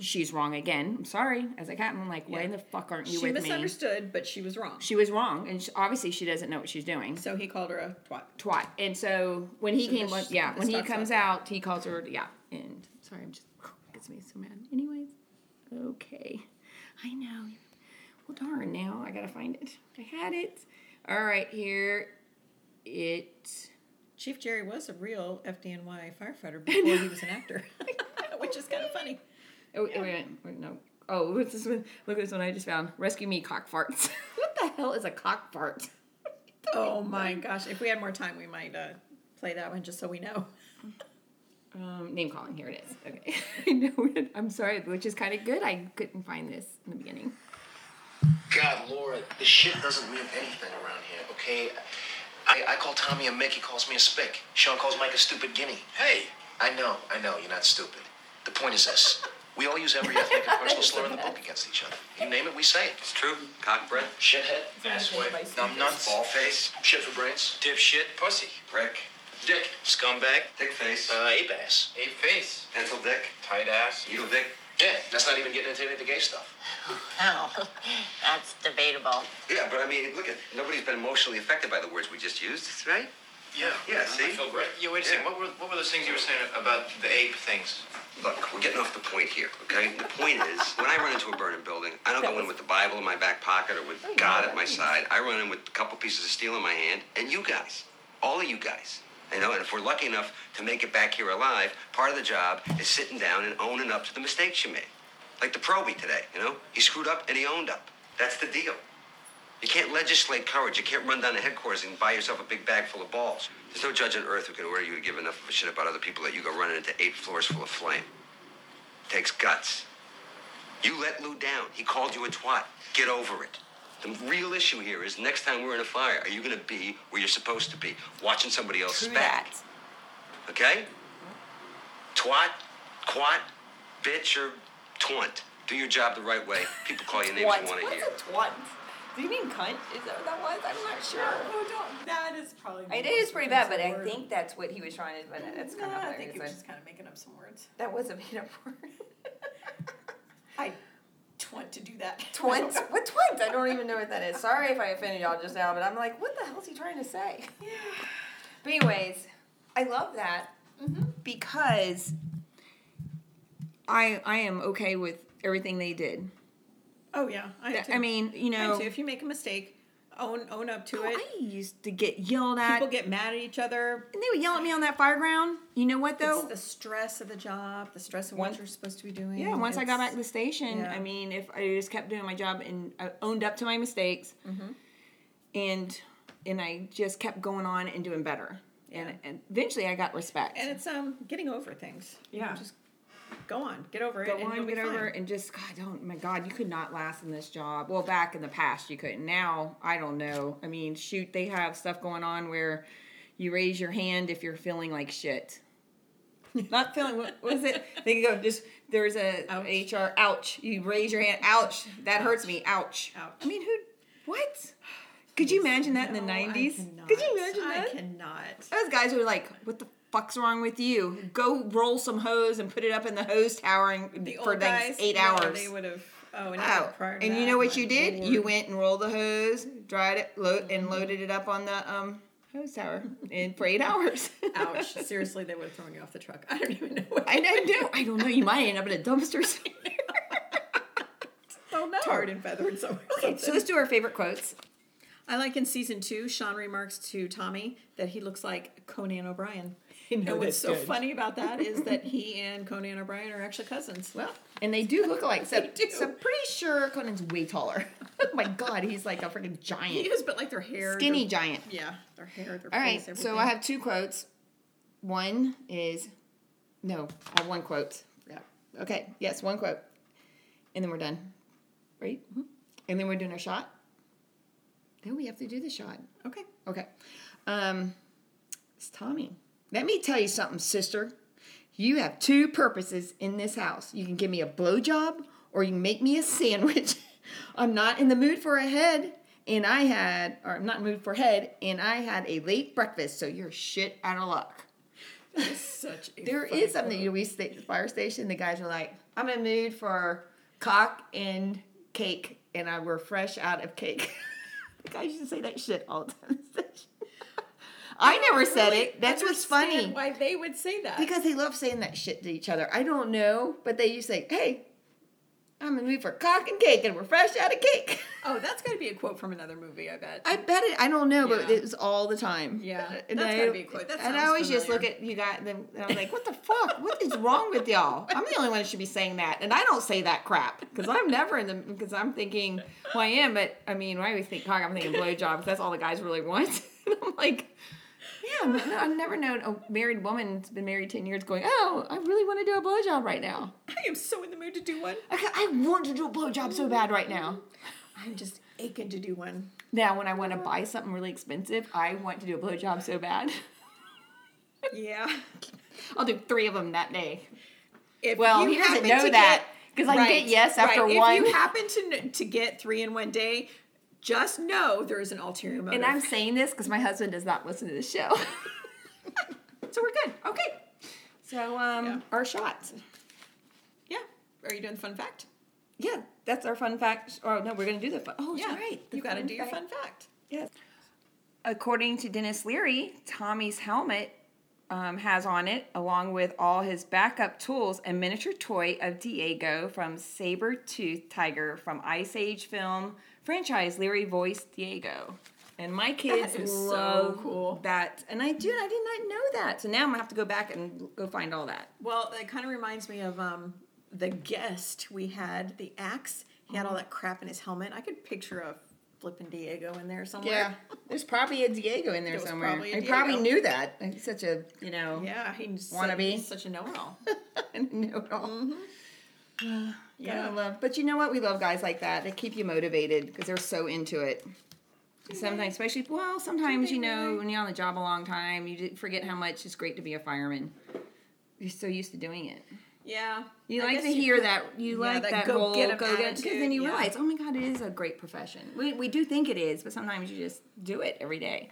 A: she's wrong again i'm sorry as a captain i'm like why
B: Yeah.
A: in the fuck aren't you
B: She
A: with me
B: misunderstood, but she was wrong.
A: she was wrong and she, obviously she doesn't know what she's doing
B: So he called her a twat.
A: twat. And so when he
B: So
A: came,
B: this-
A: when- yeah,
B: this
A: when he
B: starts
A: comes
B: off-
A: out, he calls her, yeah. And sorry, I'm just gets me so mad. Anyways, okay, I know. Well, darn, now I gotta find it. I had it. All right, here it.
B: Chief Jerry was a real FDNY firefighter before he was an actor, which is kind of funny.
A: Oh wait, wait, wait, no. Oh, what's this one? Look at this one I just found. Rescue me, cock farts. what the hell is a cock fart?
B: Oh my gosh! If we had more time, we might uh, play that one just so we know.
A: Um, name calling. Here it is. Okay. I know. it. I'm sorry, which is kind of good. I couldn't find this in the beginning.
H: God, Laura, this shit doesn't mean anything around here, okay? I, I call Tommy a Mick, he calls me a spick. Sean calls Mike a stupid guinea. Hey! I know, I know, you're not stupid. The point is this we all use every ethnic and personal slur in the book against each other. You name it, we say it.
E: It's true. Cock breath.
H: Shithead,
B: Everybody's
H: asswipe,
B: stupid.
H: numbnuts, ballface, shit for brains,
C: Dipshit. Pussy.
E: Rick.
H: dick,
C: Scumbag.
E: Dick face.
H: uh, ape ass.
C: Ape face.
E: Pencil dick.
C: Tight ass.
E: Needle dick.
H: Yeah, that's not even getting into any of the gay stuff.
J: No, that's debatable.
E: Yeah, but I mean, look at nobody's been emotionally affected by the words we just used, right?
C: Yeah.
E: Yeah, see?
C: I feel great. Yeah, wait a second.
E: Yeah.
C: What were, what were those things you were saying about the ape things?
E: Look, we're getting off the point here, okay? The point is, when I run into a burning building, I don't go in with the Bible in my back pocket or with God at my side. I run in with a couple pieces of steel in my hand, and you guys, all of you guys. You know, and if we're lucky enough to make it back here alive, part of the job is sitting down and owning up to the mistakes you made. Like the probie today, you know? He screwed up and he owned up. That's the deal. You can't legislate courage. You can't run down to headquarters and buy yourself a big bag full of balls. There's no judge on earth who can order you to give enough of a shit about other people that you go running into eight floors full of flame. Takes guts. You let Lou down. He called you a twat. Get over it. The real issue here is next time we're in a fire, are you going to be where you're supposed to be, watching somebody else's back? Okay? twat, quat, bitch, or twant. Do your job the right way. People call you names
I: What?
E: you want to hear.
I: What's a twat? Do you mean cunt? Is that what that was? I'm not sure.
B: Oh, don't. That is probably.
I: I- It is pretty bad, but I think that's what he was trying to. But that's kind
B: No,
I: of
B: I
I: hilarious.
B: think he
I: I-
B: was just kind of making up some words.
I: That was a made up word.
B: I twant to do that.
I: Twins? What twins? I don't even know what that is. Sorry if I offended y'all just now, but I'm like, what the hell is he trying to say? But anyways, I love that
B: Mm-hmm.
I: because
A: I I am okay with everything they did.
B: Oh yeah, I,
A: I mean, you know,
B: too. If you make a mistake, own own up to it.
A: I used to get yelled at.
B: People get mad at each other.
A: and they would yell at me on that fireground. You know what though?
B: It's the stress of the job, the stress of what you're supposed to be doing.
A: Yeah, once I got back
B: It's-
A: to the station,
B: yeah.
A: I mean, if I just kept doing my job and I owned up to my mistakes,
B: Mm-hmm.
A: and and I just kept going on and doing better, and, and eventually I got respect.
B: and it's um getting over things.
A: Yeah.
B: just go on, get over
A: Go
B: it. and
A: on,
B: you'll be
A: get over,
B: fine.
A: and just God, don't my God, you could not last in this job. Well, back in the past, you couldn't. Now, I don't know. I mean, shoot, they have stuff going on where you raise your hand if you're feeling like shit. Not feeling. What was it? They can go. Just there's a HR. Ouch. You raise your hand. Ouch. That hurts me. Ouch.
B: Ouch.
A: I mean, who? What? Could you imagine that in the
B: No, I
A: nineties?
B: cannot.
A: Could you imagine that?
B: I cannot.
A: Those guys were like, "What the fuck's wrong with you? Go roll some hose and put it up in the hose tower and,
B: The
A: for like
B: old guys,
A: eight
B: no,
A: hours."
B: They would have. Oh, and,
A: Oh,
B: even prior to
A: and you
B: that,
A: know what
B: my
A: you did?
B: lord.
A: You went and rolled the hose, dried it, load, and loaded it up on the um, hose tower, and for eight hours.
B: Ouch! Seriously, they would have thrown you off the truck. I don't even know. What
A: I don't know. I don't know. You might end up in a dumpster. somewhere.
B: don't know. Tarred and feathered somewhere.
A: okay, Oh, so let's do our favorite quotes.
B: I like in season two, Sean remarks to Tommy that he looks like Conan O'Brien. and what's so funny about that is that he and Conan O'Brien are actually cousins. Well,
A: And they do look alike. So,
B: do.
A: so I'm pretty sure Conan's way taller. oh my god, he's like a freaking
B: he
A: giant,
B: is, but like their hair,
A: skinny
B: their-
A: giant.
B: Yeah, their hair, their
A: All
B: face,
A: right,
B: everything.
A: so I have two quotes. One is, no, I have one quote.
B: Yeah.
A: Okay, yes, one quote. And then we're done. Right?
B: Mm-hmm.
A: And then we're doing our shot. Then we have to do the shot.
B: Okay.
A: Okay. Um, it's Tommy. Let me tell you something, sister. You have two purposes in this house. You can give me a blowjob or you can make me a sandwich. I'm not in the mood for a head, and I had, or I'm not in the mood for head, and I had a late breakfast, so you're shit out of luck.
B: Such a
A: There
B: funny
A: is something you know, we stay at the fire station. The guys were like, "I'm in a mood for cock and cake," and I were fresh out of cake. the guys used to say that shit all the time. at the station. I never said it. That's what's funny
B: understand Why they would say that?
A: because they love saying that shit to each other. I don't know, but they used to say, "Hey, I'm in the mood for cock and cake, and we're fresh out of cake."
B: oh, that's got to be a quote from another movie. I bet.
A: I bet it. I don't know, but
B: Yeah.
A: it was all the time.
B: Yeah,
A: and
B: that's
A: I,
B: gotta be a quote. That
A: and I
B: sounds
A: always just look
B: familiar.
A: at you guys, and I'm like, "What the fuck? What is wrong with y'all? I'm the only one that should be saying that, and I don't say that crap because I'm never in the because I'm thinking, well, I am, but I mean, when I always think cock, I'm thinking blowjob because that's all the guys really want. and I'm like, yeah, I'm- I've never known a married woman that's been married ten years going, oh, I really want to do a blowjob right now.
B: I am so in the mood to do one.
A: I, I want to do a blowjob so bad right now.
B: I'm just aching to do one.
A: Now, when I want to buy something really expensive, I want to do a blowjob so bad.
B: Yeah.
A: I'll do three of them that day.
B: If
A: Well,
B: you
A: he doesn't
B: happen
A: know
B: to
A: that
B: get-
A: because I can get yes after
B: right.
A: one.
B: If you happen to kn- to get three in one day, just know there is an ulterior motive.
A: and I'm saying this because my husband does not listen to this show. so we're good. Okay. So um,
B: Yeah.
A: our shots.
B: yeah. Are you doing fun fact?
A: Yeah, that's our fun fact. Oh no, we're gonna do the fun. Oh, yeah.
B: yeah,
A: right. the
B: You got to
A: fun
B: do your
A: fact.
B: fun fact.
A: Yes. According to Dennis Leary, Tommy's helmet um, has on it, along with all his backup tools, a miniature toy of Diego from Saber-Tooth Tiger from Ice Age film franchise. Leary voiced Diego. And my kids
B: That is so
A: love
B: cool.
A: that. And I do. I did not know that. So now I'm going to have to go back and go find all that.
B: Well, that kind of reminds me of um, the guest we had, the axe. He
A: Mm-hmm.
B: had all that crap in his helmet. I could picture a flipping Diego in there somewhere.
A: There's probably a Diego in there
B: was
A: somewhere.
B: probably a
A: I probably
B: Diego.
A: knew that. He's such a, you know,
B: Yeah, he's
A: Wannabe.
B: such, he's such a know-it-all.
A: know it all. Yeah,
B: Yeah.
A: love. But you know what? We love guys like that. They keep you motivated because they're so into it. Sometimes, especially well, sometimes you know when you're on the job a long time, you d- forget how much it's great to be a fireman. you're so used to doing it.
B: Yeah.
A: You
B: I
A: like
B: guess
A: to hear
B: could-
A: that. You
B: yeah,
A: like that,
B: go
A: whole
B: get 'em
A: go get because
B: attitude,
A: then you
B: yeah.
A: realize, oh my god, it is a great profession. We we do think it is, but sometimes you just do it every day.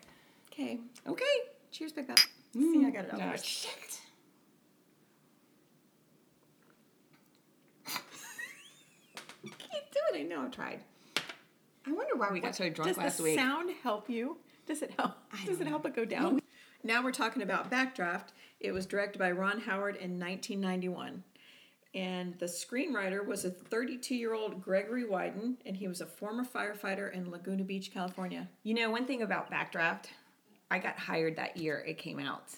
B: Okay.
A: Okay.
B: Cheers, pick that. See, I got it out.
A: Ah,
B: there.
A: shit.
B: can't do it. I know. I've tried.
A: I wonder why we got so drunk
B: Does
A: last
B: the
A: week.
B: sound help you? Does it help? Does it help it go down? Now we're talking about Backdraft. It was directed by Ron Howard in 1991. And the screenwriter was a 32 year old Gregory Wyden, and he was a former firefighter in Laguna Beach, California.
A: you know, one thing about Backdraft, I got hired that year it came out.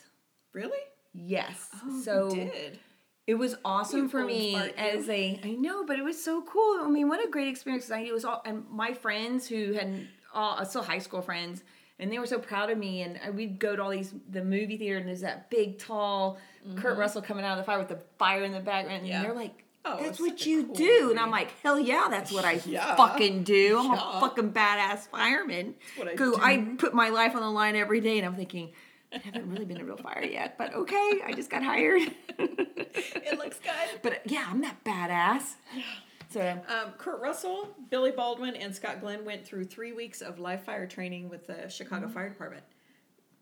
B: Really?
A: Yes.
B: Oh, you
A: so
B: did.
A: It was awesome
B: You
A: for
B: old
A: me
B: fart, you.
A: as a I know, but it was so cool. I mean, what a great experience! 'cause I it was all and my friends who had all uh, still high school friends, and they were so proud of me. And I- we'd go to all these the movie theater, and there's that big tall Kurt Russell coming out of the fire with the fire in the background,
B: Mm-hmm. Yeah.
A: and they're like.
B: Oh,
A: that's
B: it's
A: what
B: such a
A: you
B: cool
A: do, and
B: movie.
A: I'm like, hell yeah, that's what I
B: Yeah.
A: fucking do. I'm
B: Yeah.
A: a fucking badass fireman.
B: what I
A: who
B: do.
A: I put my life on the line every day, and I'm thinking, I haven't really been a real fire yet, but okay, I just got hired.
B: It looks good.
A: But yeah, I'm that badass. So
B: Um, Kurt Russell, Billy Baldwin, and Scott Glenn went through three weeks of live fire training with the Chicago Fire Department.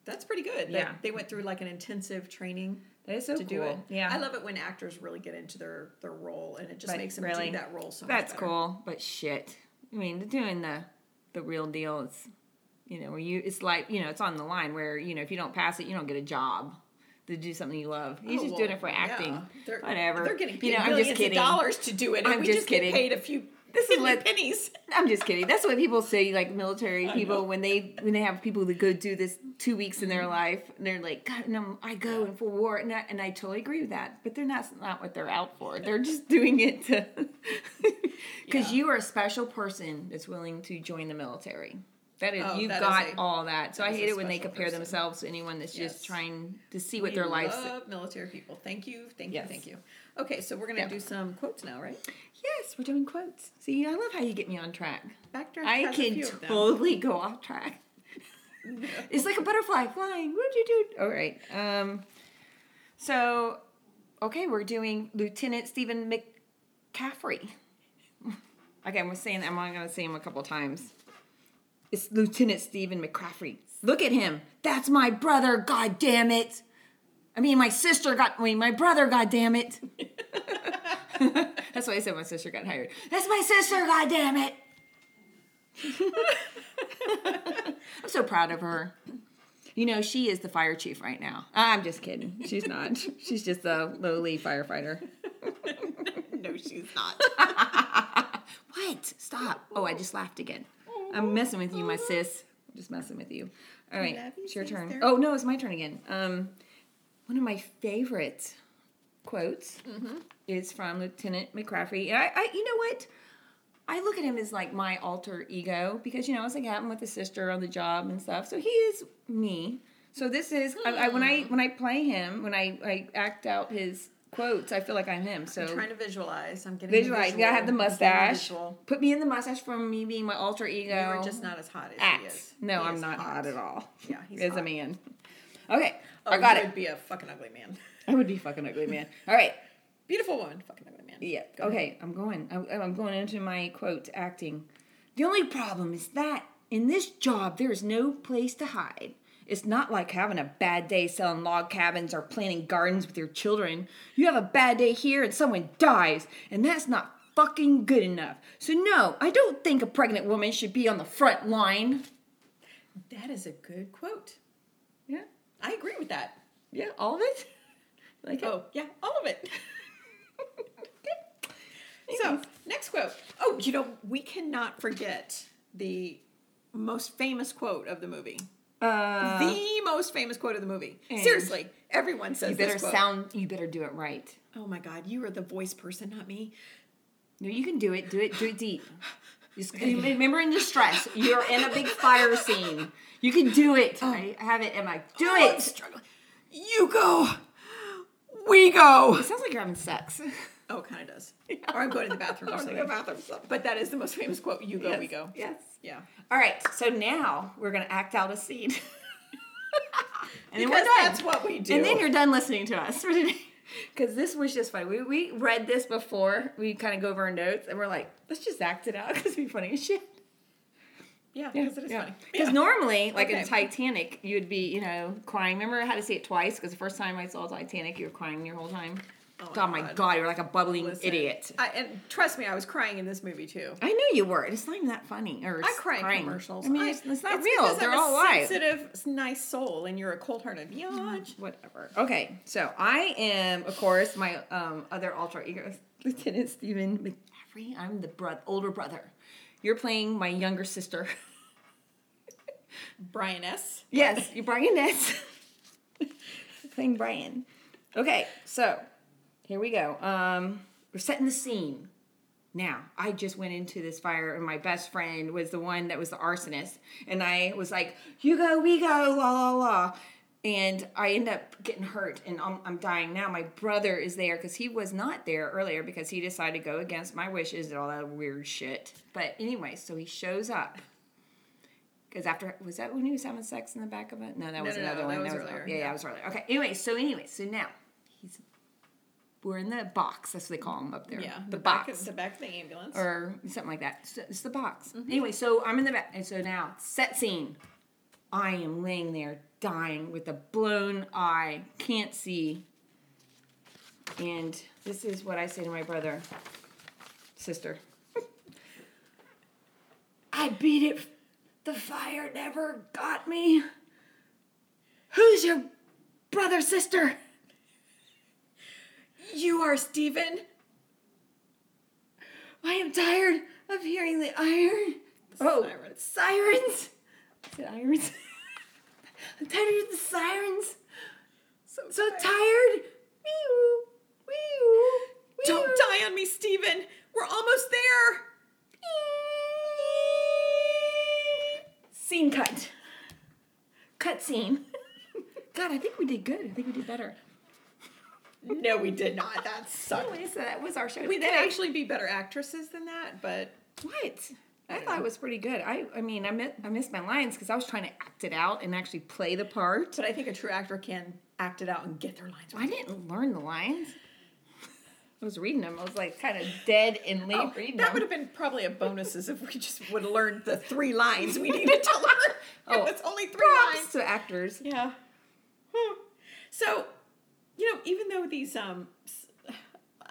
B: That's pretty good. They-
A: Mm-hmm. Yeah.
B: They, went through like an intensive training
A: that is so
B: to do it.
A: Yeah,
B: I love it when actors really get into their their role, and it just
A: But
B: makes them
A: really,
B: do that role so much
A: That's
B: better.
A: cool, but shit. I mean, doing the the real deal is, you know, where you it's like you know it's on the line where you know if you don't pass it, you don't get a job to do something you love. You're
B: Oh,
A: just doing
B: well,
A: it for
B: yeah.
A: acting.
B: They're,
A: Whatever.
B: They're getting paid
A: you know, I'm
B: millions
A: just kidding.
B: of dollars to do it. And
A: I'm
B: we
A: just
B: just,
A: kidding.
B: Get paid a few.
A: This is
B: few
A: what-
B: pennies.
A: I'm just kidding. That's what people say, like military people, when they when they have people that go do this two weeks in their
B: Mm-hmm.
A: life, and they're like, God, no, I go and for war, and I, and I totally agree with that. But they're not that's not what they're out for. They're just doing it to because you are a special person that's willing to join the military. That is,
B: Oh,
A: you've
B: that is
A: got
B: a-
A: all that. So I
B: is
A: hate
B: a
A: it when they
B: special
A: compare
B: person.
A: themselves to anyone that's
B: Yes.
A: just trying to see what
B: We
A: their life's.
B: love military people. Thank you. Thank
A: Yes.
B: you. Thank you. Okay, so we're gonna do some quotes now, right?
A: Yes, we're doing quotes. See, I love how you get me on track.
B: Backdraft.
A: I
B: has a
A: can
B: few of them.
A: totally go off track. it's like a butterfly flying. What did you do? All right. Um, so, okay, we're doing Lieutenant Stephen McCaffrey. Okay, I'm saying I'm only going to say him a couple times. It's Lieutenant Stephen McCaffrey. Look at him. That's my brother. God damn it. I mean, my sister got. I mean, my brother. God damn it. That's why I said my sister got hired. That's my sister. God damn it. I'm so proud of her. You know, she is the fire chief right now. I'm just kidding. She's not. She's just a lowly firefighter.
B: No, she's not.
A: What? Stop. Oh, I just laughed again. I'm messing with you, my sis. I'm just messing with you. All right,
B: love you,
A: it's your turn.
B: sister.
A: Oh, no, it's my turn again. Um, one of my favorite quotes
B: Mm-hmm.
A: is from Lieutenant McCaffrey. And I, I, you know what? I look at him as like my alter ego because, you know, I was like out with his sister on the job and stuff. So he is me. So this is I, I, when I
B: Hmm.
A: when I play him when I, I act out his quotes I feel like I'm him. So
B: I'm trying to visualize. I'm getting a
A: Visualize. Yeah, I have the
B: visual. I'm getting a
A: mustache.
B: visual.
A: Put me in the mustache for me being my alter ego.
B: You are just not as hot as he
A: act.
B: is.
A: No,
B: He
A: I'm
B: is
A: not hot. at all.
B: Yeah, he's
A: as a
B: hot.
A: man. Okay,
B: Oh,
A: I got
B: he
A: it.
B: Would be a fucking ugly man.
A: I would be fucking ugly, man. All right.
B: Beautiful woman, fucking ugly man.
A: Yeah. Okay. I'm going. I'm, I'm going into my quote acting. The only problem is that in this job there is no place to hide. It's not like having a bad day selling log cabins or planting gardens with your children. You have a bad day here and someone dies, and that's not fucking good enough. So no, I don't think a pregnant woman should be on the front line.
B: That is a good quote.
A: Yeah.
B: I agree with that.
A: Yeah. All of it. Like
B: Oh, yeah, all of it. so, next quote. Oh, you know, we cannot forget the most famous quote of the movie.
A: Uh,
B: the most famous quote of the movie. Seriously, everyone says
A: you better
B: this quote.
A: sound. You better do it right.
B: Oh my God, you are the voice person, not me.
A: No, you can do it. Do it. Do it deep. Just, you remember in distress, you're in a big fire scene. You can do it. I have it in my. Do
B: Oh, I'm
A: it.
B: struggling. You go. We go.
A: It sounds like you're having sex.
B: Oh, it kind of does. Or I'm going to the bathroom. or something. But that is the most famous quote. You go, we go.
A: Yes.
B: Yeah.
A: All right. So now we're gonna act out a scene, and then we're
B: Because
A: done.
B: that's what we do.
A: And then you're done listening to us for today. Because this was just funny. We, we read this before. We kind of go over our notes and we're like, let's just act it out because it'd be funny as shit.
B: Yeah, because it is
A: Yeah.
B: funny.
A: Because normally, like in
B: Okay.
A: Titanic, you would be, you know, crying. Remember how to see it twice? Because the first time I saw Titanic, you were crying your whole time. god, my god, you were like a bubbling
B: Oh Listen,
A: idiot.
B: I, and trust me, I was crying in this movie too.
A: I know you were. and It's not even that funny. Or
B: I
A: it's
B: cry in
A: crying.
B: commercials.
A: I mean,
B: I-
A: it's, it's not
B: because
A: real. They're
B: I'm
A: all
B: a
A: lies.
B: sensitive, s- nice soul, and you're a cold-hearted biatch.
A: Whatever. Okay, so I am, of course, my um, other alter ego, is Lieutenant Stephen McCaffrey. I'm the bro- older brother. You're playing my younger sister.
B: Brian S.
A: yes, you're Brian Ness. playing Brian. Okay, so here we go. Um, we're setting the scene. Now, I just went into this fire, and my best friend was the one that was the arsonist. And I was like, You go, we go, la, la, la. And I end up getting hurt, and I'm, I'm dying now. My brother is there because he was not there earlier because he decided to go against my wishes and all that weird shit. But anyway, so he shows up. Because after, was that when he was having sex in the back of it? No, that was
B: no,
A: another
B: no,
A: one.
B: that was
A: another-
B: earlier.
A: Yeah, yeah, that was earlier. Okay, anyway, so anyway, so now he's, we're in the box. That's what they call him up there.
B: Yeah,
A: the,
B: back
A: box
B: of, the back of the ambulance.
A: or something like that. So it's the box. Anyway, so I'm in the back, and so now set scene. I am laying there dying with a blown eye, can't see. And this is what I say to my brother, sister. I beat it. The fire never got me. Who's your brother, sister?
B: you are Steven.
A: I am tired of hearing the iron. Oh,
B: sirens.
A: sirens. I said irons. I'm tired of the sirens.
B: So,
A: So tired. Wee-oo, wee-oo,
B: Don't
A: wee-oo.
B: die on me, Steven. We're almost there.
A: Scene cut. Cut scene. God, I think we did good. I think we did better.
B: No, we did not. That sucked.
A: Anyway, so that was our show.
B: We'd
A: today.
B: actually be better actresses than that, but
A: What? I thought it was pretty good. I, I mean, I, mi- I missed my lines because I was trying to act it out and actually play the part.
B: but I think a true actor can act it out and get their lines right.
A: I didn't learn the lines. I was reading them. I was like kind of dead and late
B: Oh,
A: reading
B: that
A: them.
B: would have been probably a bonus is if we just would have learned the three lines we need to tell her.
A: Oh,
B: Oh, it's only three
A: Props
B: lines.
A: to actors.
B: Yeah. Hmm. So, you know, even though these, um, s-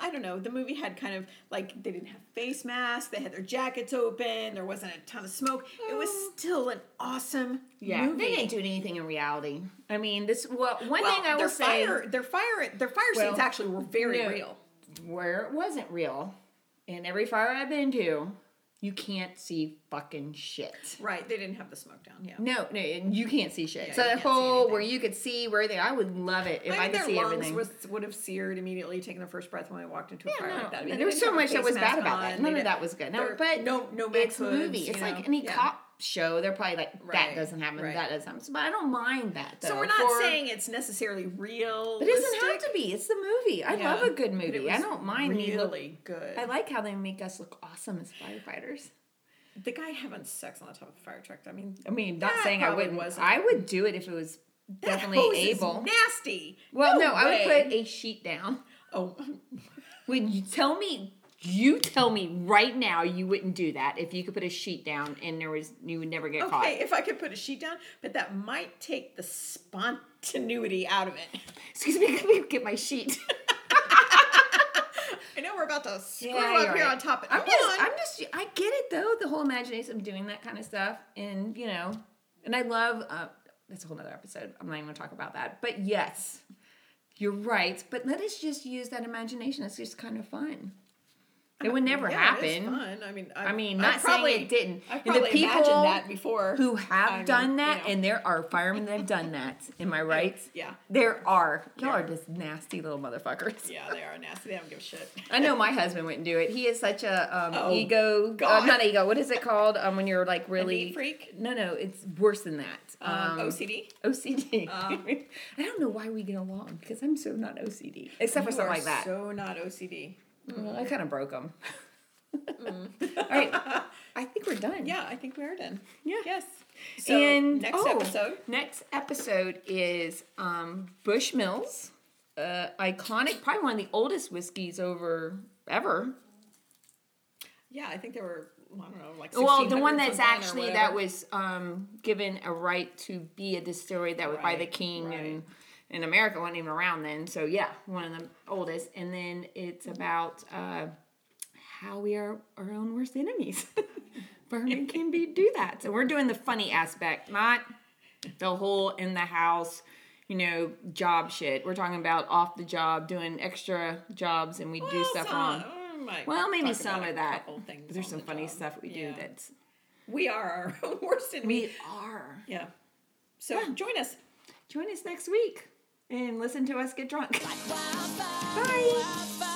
B: I don't know, the movie had kind of like they didn't have face masks, they had their jackets open, there wasn't a ton of smoke. It was still an awesome
A: Mm. Yeah,
B: movie.
A: they didn't do anything in reality. I mean, this. Well, one
B: Well,
A: thing I
B: their
A: will say,
B: fire, their fire, their fire
A: Well,
B: scenes actually were very
A: no.
B: real.
A: where it wasn't real, in every fire I've been to, you can't see fucking shit.
B: Right, they didn't have the smoke down. Yeah.
A: No, no, and you can't see shit.
B: Yeah,
A: so
B: you
A: that
B: can't see
A: whole
B: anything.
A: where you could see where they, I would love it if I,
B: I mean,
A: could
B: their
A: see
B: lungs
A: everything.
B: was, would have seared immediately, taking their first breath when they walked into a fire
A: no,
B: like that. I mean,
A: there
B: they
A: was
B: didn't
A: so
B: have a
A: much that
B: face
A: was bad
B: mask
A: about
B: on,
A: that.
B: they
A: None of
B: didn't-
A: that was good. No,
B: there-
A: but
B: no, no,
A: it's
B: Max hoods,
A: movie.
B: you
A: It's
B: know?
A: like any
B: Yeah.
A: cop show. They're probably like that
B: Right,
A: doesn't happen.
B: right.
A: That doesn't happen. So, But I don't mind that. Though,
B: So we're not
A: for-
B: saying it's necessarily real.
A: But it doesn't have to be. It's the movie. I
B: Yeah.
A: love a good
B: But it
A: movie. I
B: was
A: don't mind me look-
B: really good.
A: I like how they make us look awesome as firefighters.
B: the guy having sex on the top of a fire truck. I mean,
A: I mean, not
B: That
A: saying I
B: probably
A: wouldn't.
B: wasn't-
A: I would do it if it was
B: that
A: definitely
B: hose is
A: able.
B: nasty.
A: well, no, I
B: way.
A: would put a sheet down.
B: Oh,
A: Would you tell me? You tell me right now you wouldn't do that if you could put a sheet down and there was you would never get caught.
B: okay. If I could put a sheet down, but that might take the spontaneity out of it.
A: Excuse me, can we get my sheet?
B: I know we're about to screw
A: Yeah,
B: up
A: you're
B: here
A: right.
B: on top. Of,
A: I'm
B: hold
A: just,
B: on.
A: I'm just, I get it though. The whole imagination of doing that kind of stuff, and you know, and I love. Uh, that's a whole nother episode. I'm not even gonna talk about that. But yes, you're right. But let us just use that imagination. It's just kind of fun. It would never
B: Uh, Yeah, it is
A: happen.
B: fun. I mean, I,
A: I mean,
B: I
A: not
B: probably,
A: saying it didn't.
B: I
A: And
B: probably imagined that before.
A: Who have
B: I mean,
A: done that,
B: you know.
A: and there are firemen that have done that. Am I right?
B: Yeah.
A: There are. Y'all are just nasty little motherfuckers.
B: Yeah, they are nasty. They don't give a shit.
A: I know my husband wouldn't do it. He is such a um,
B: Oh,
A: ego, uh,
B: God.
A: not ego. What is it called? Um, when you're like really
B: neat freak?
A: No, no, it's worse than that.
B: Um,
A: Um,
B: OCD.
A: OCD.
B: Um,
A: I don't know why we get along because I'm so not OCD, except for
B: You
A: something
B: are
A: like that.
B: So not OCD.
A: Well, I kind of broke him. All right, I think we're done.
B: Mm. Yeah, I think we are done.
A: Yeah.
B: Yes. So
A: and
B: next
A: oh,
B: episode.
A: Next episode is um, Bush Mills. uh, iconic, probably one of the oldest whiskeys over ever.
B: Yeah, I think there were I don't know like
A: Well, the one
B: 1600
A: that's
B: something or
A: actually
B: whatever.
A: that was um, given a right to be a distillery that was by the
B: Right,
A: king
B: right.
A: and in America wasn't even around then. So yeah, one of the oldest. And then it's about uh, how we are our own worst enemies. Bourbon can be do that. So we're doing the funny aspect, not the whole in the house, you know, job shit. We're talking about off the job, doing extra jobs, and we do
B: Well,
A: stuff
B: some-
A: wrong.
B: I might
A: Well, maybe
B: talk
A: some of
B: about a
A: that.
B: couple things
A: But there's
B: on
A: some
B: the
A: funny
B: job.
A: stuff we
B: Yeah.
A: do that's
B: we are our own worst enemy.
A: we are.
B: yeah. So join us.
A: Join us next week and listen to us get drunk. Bye.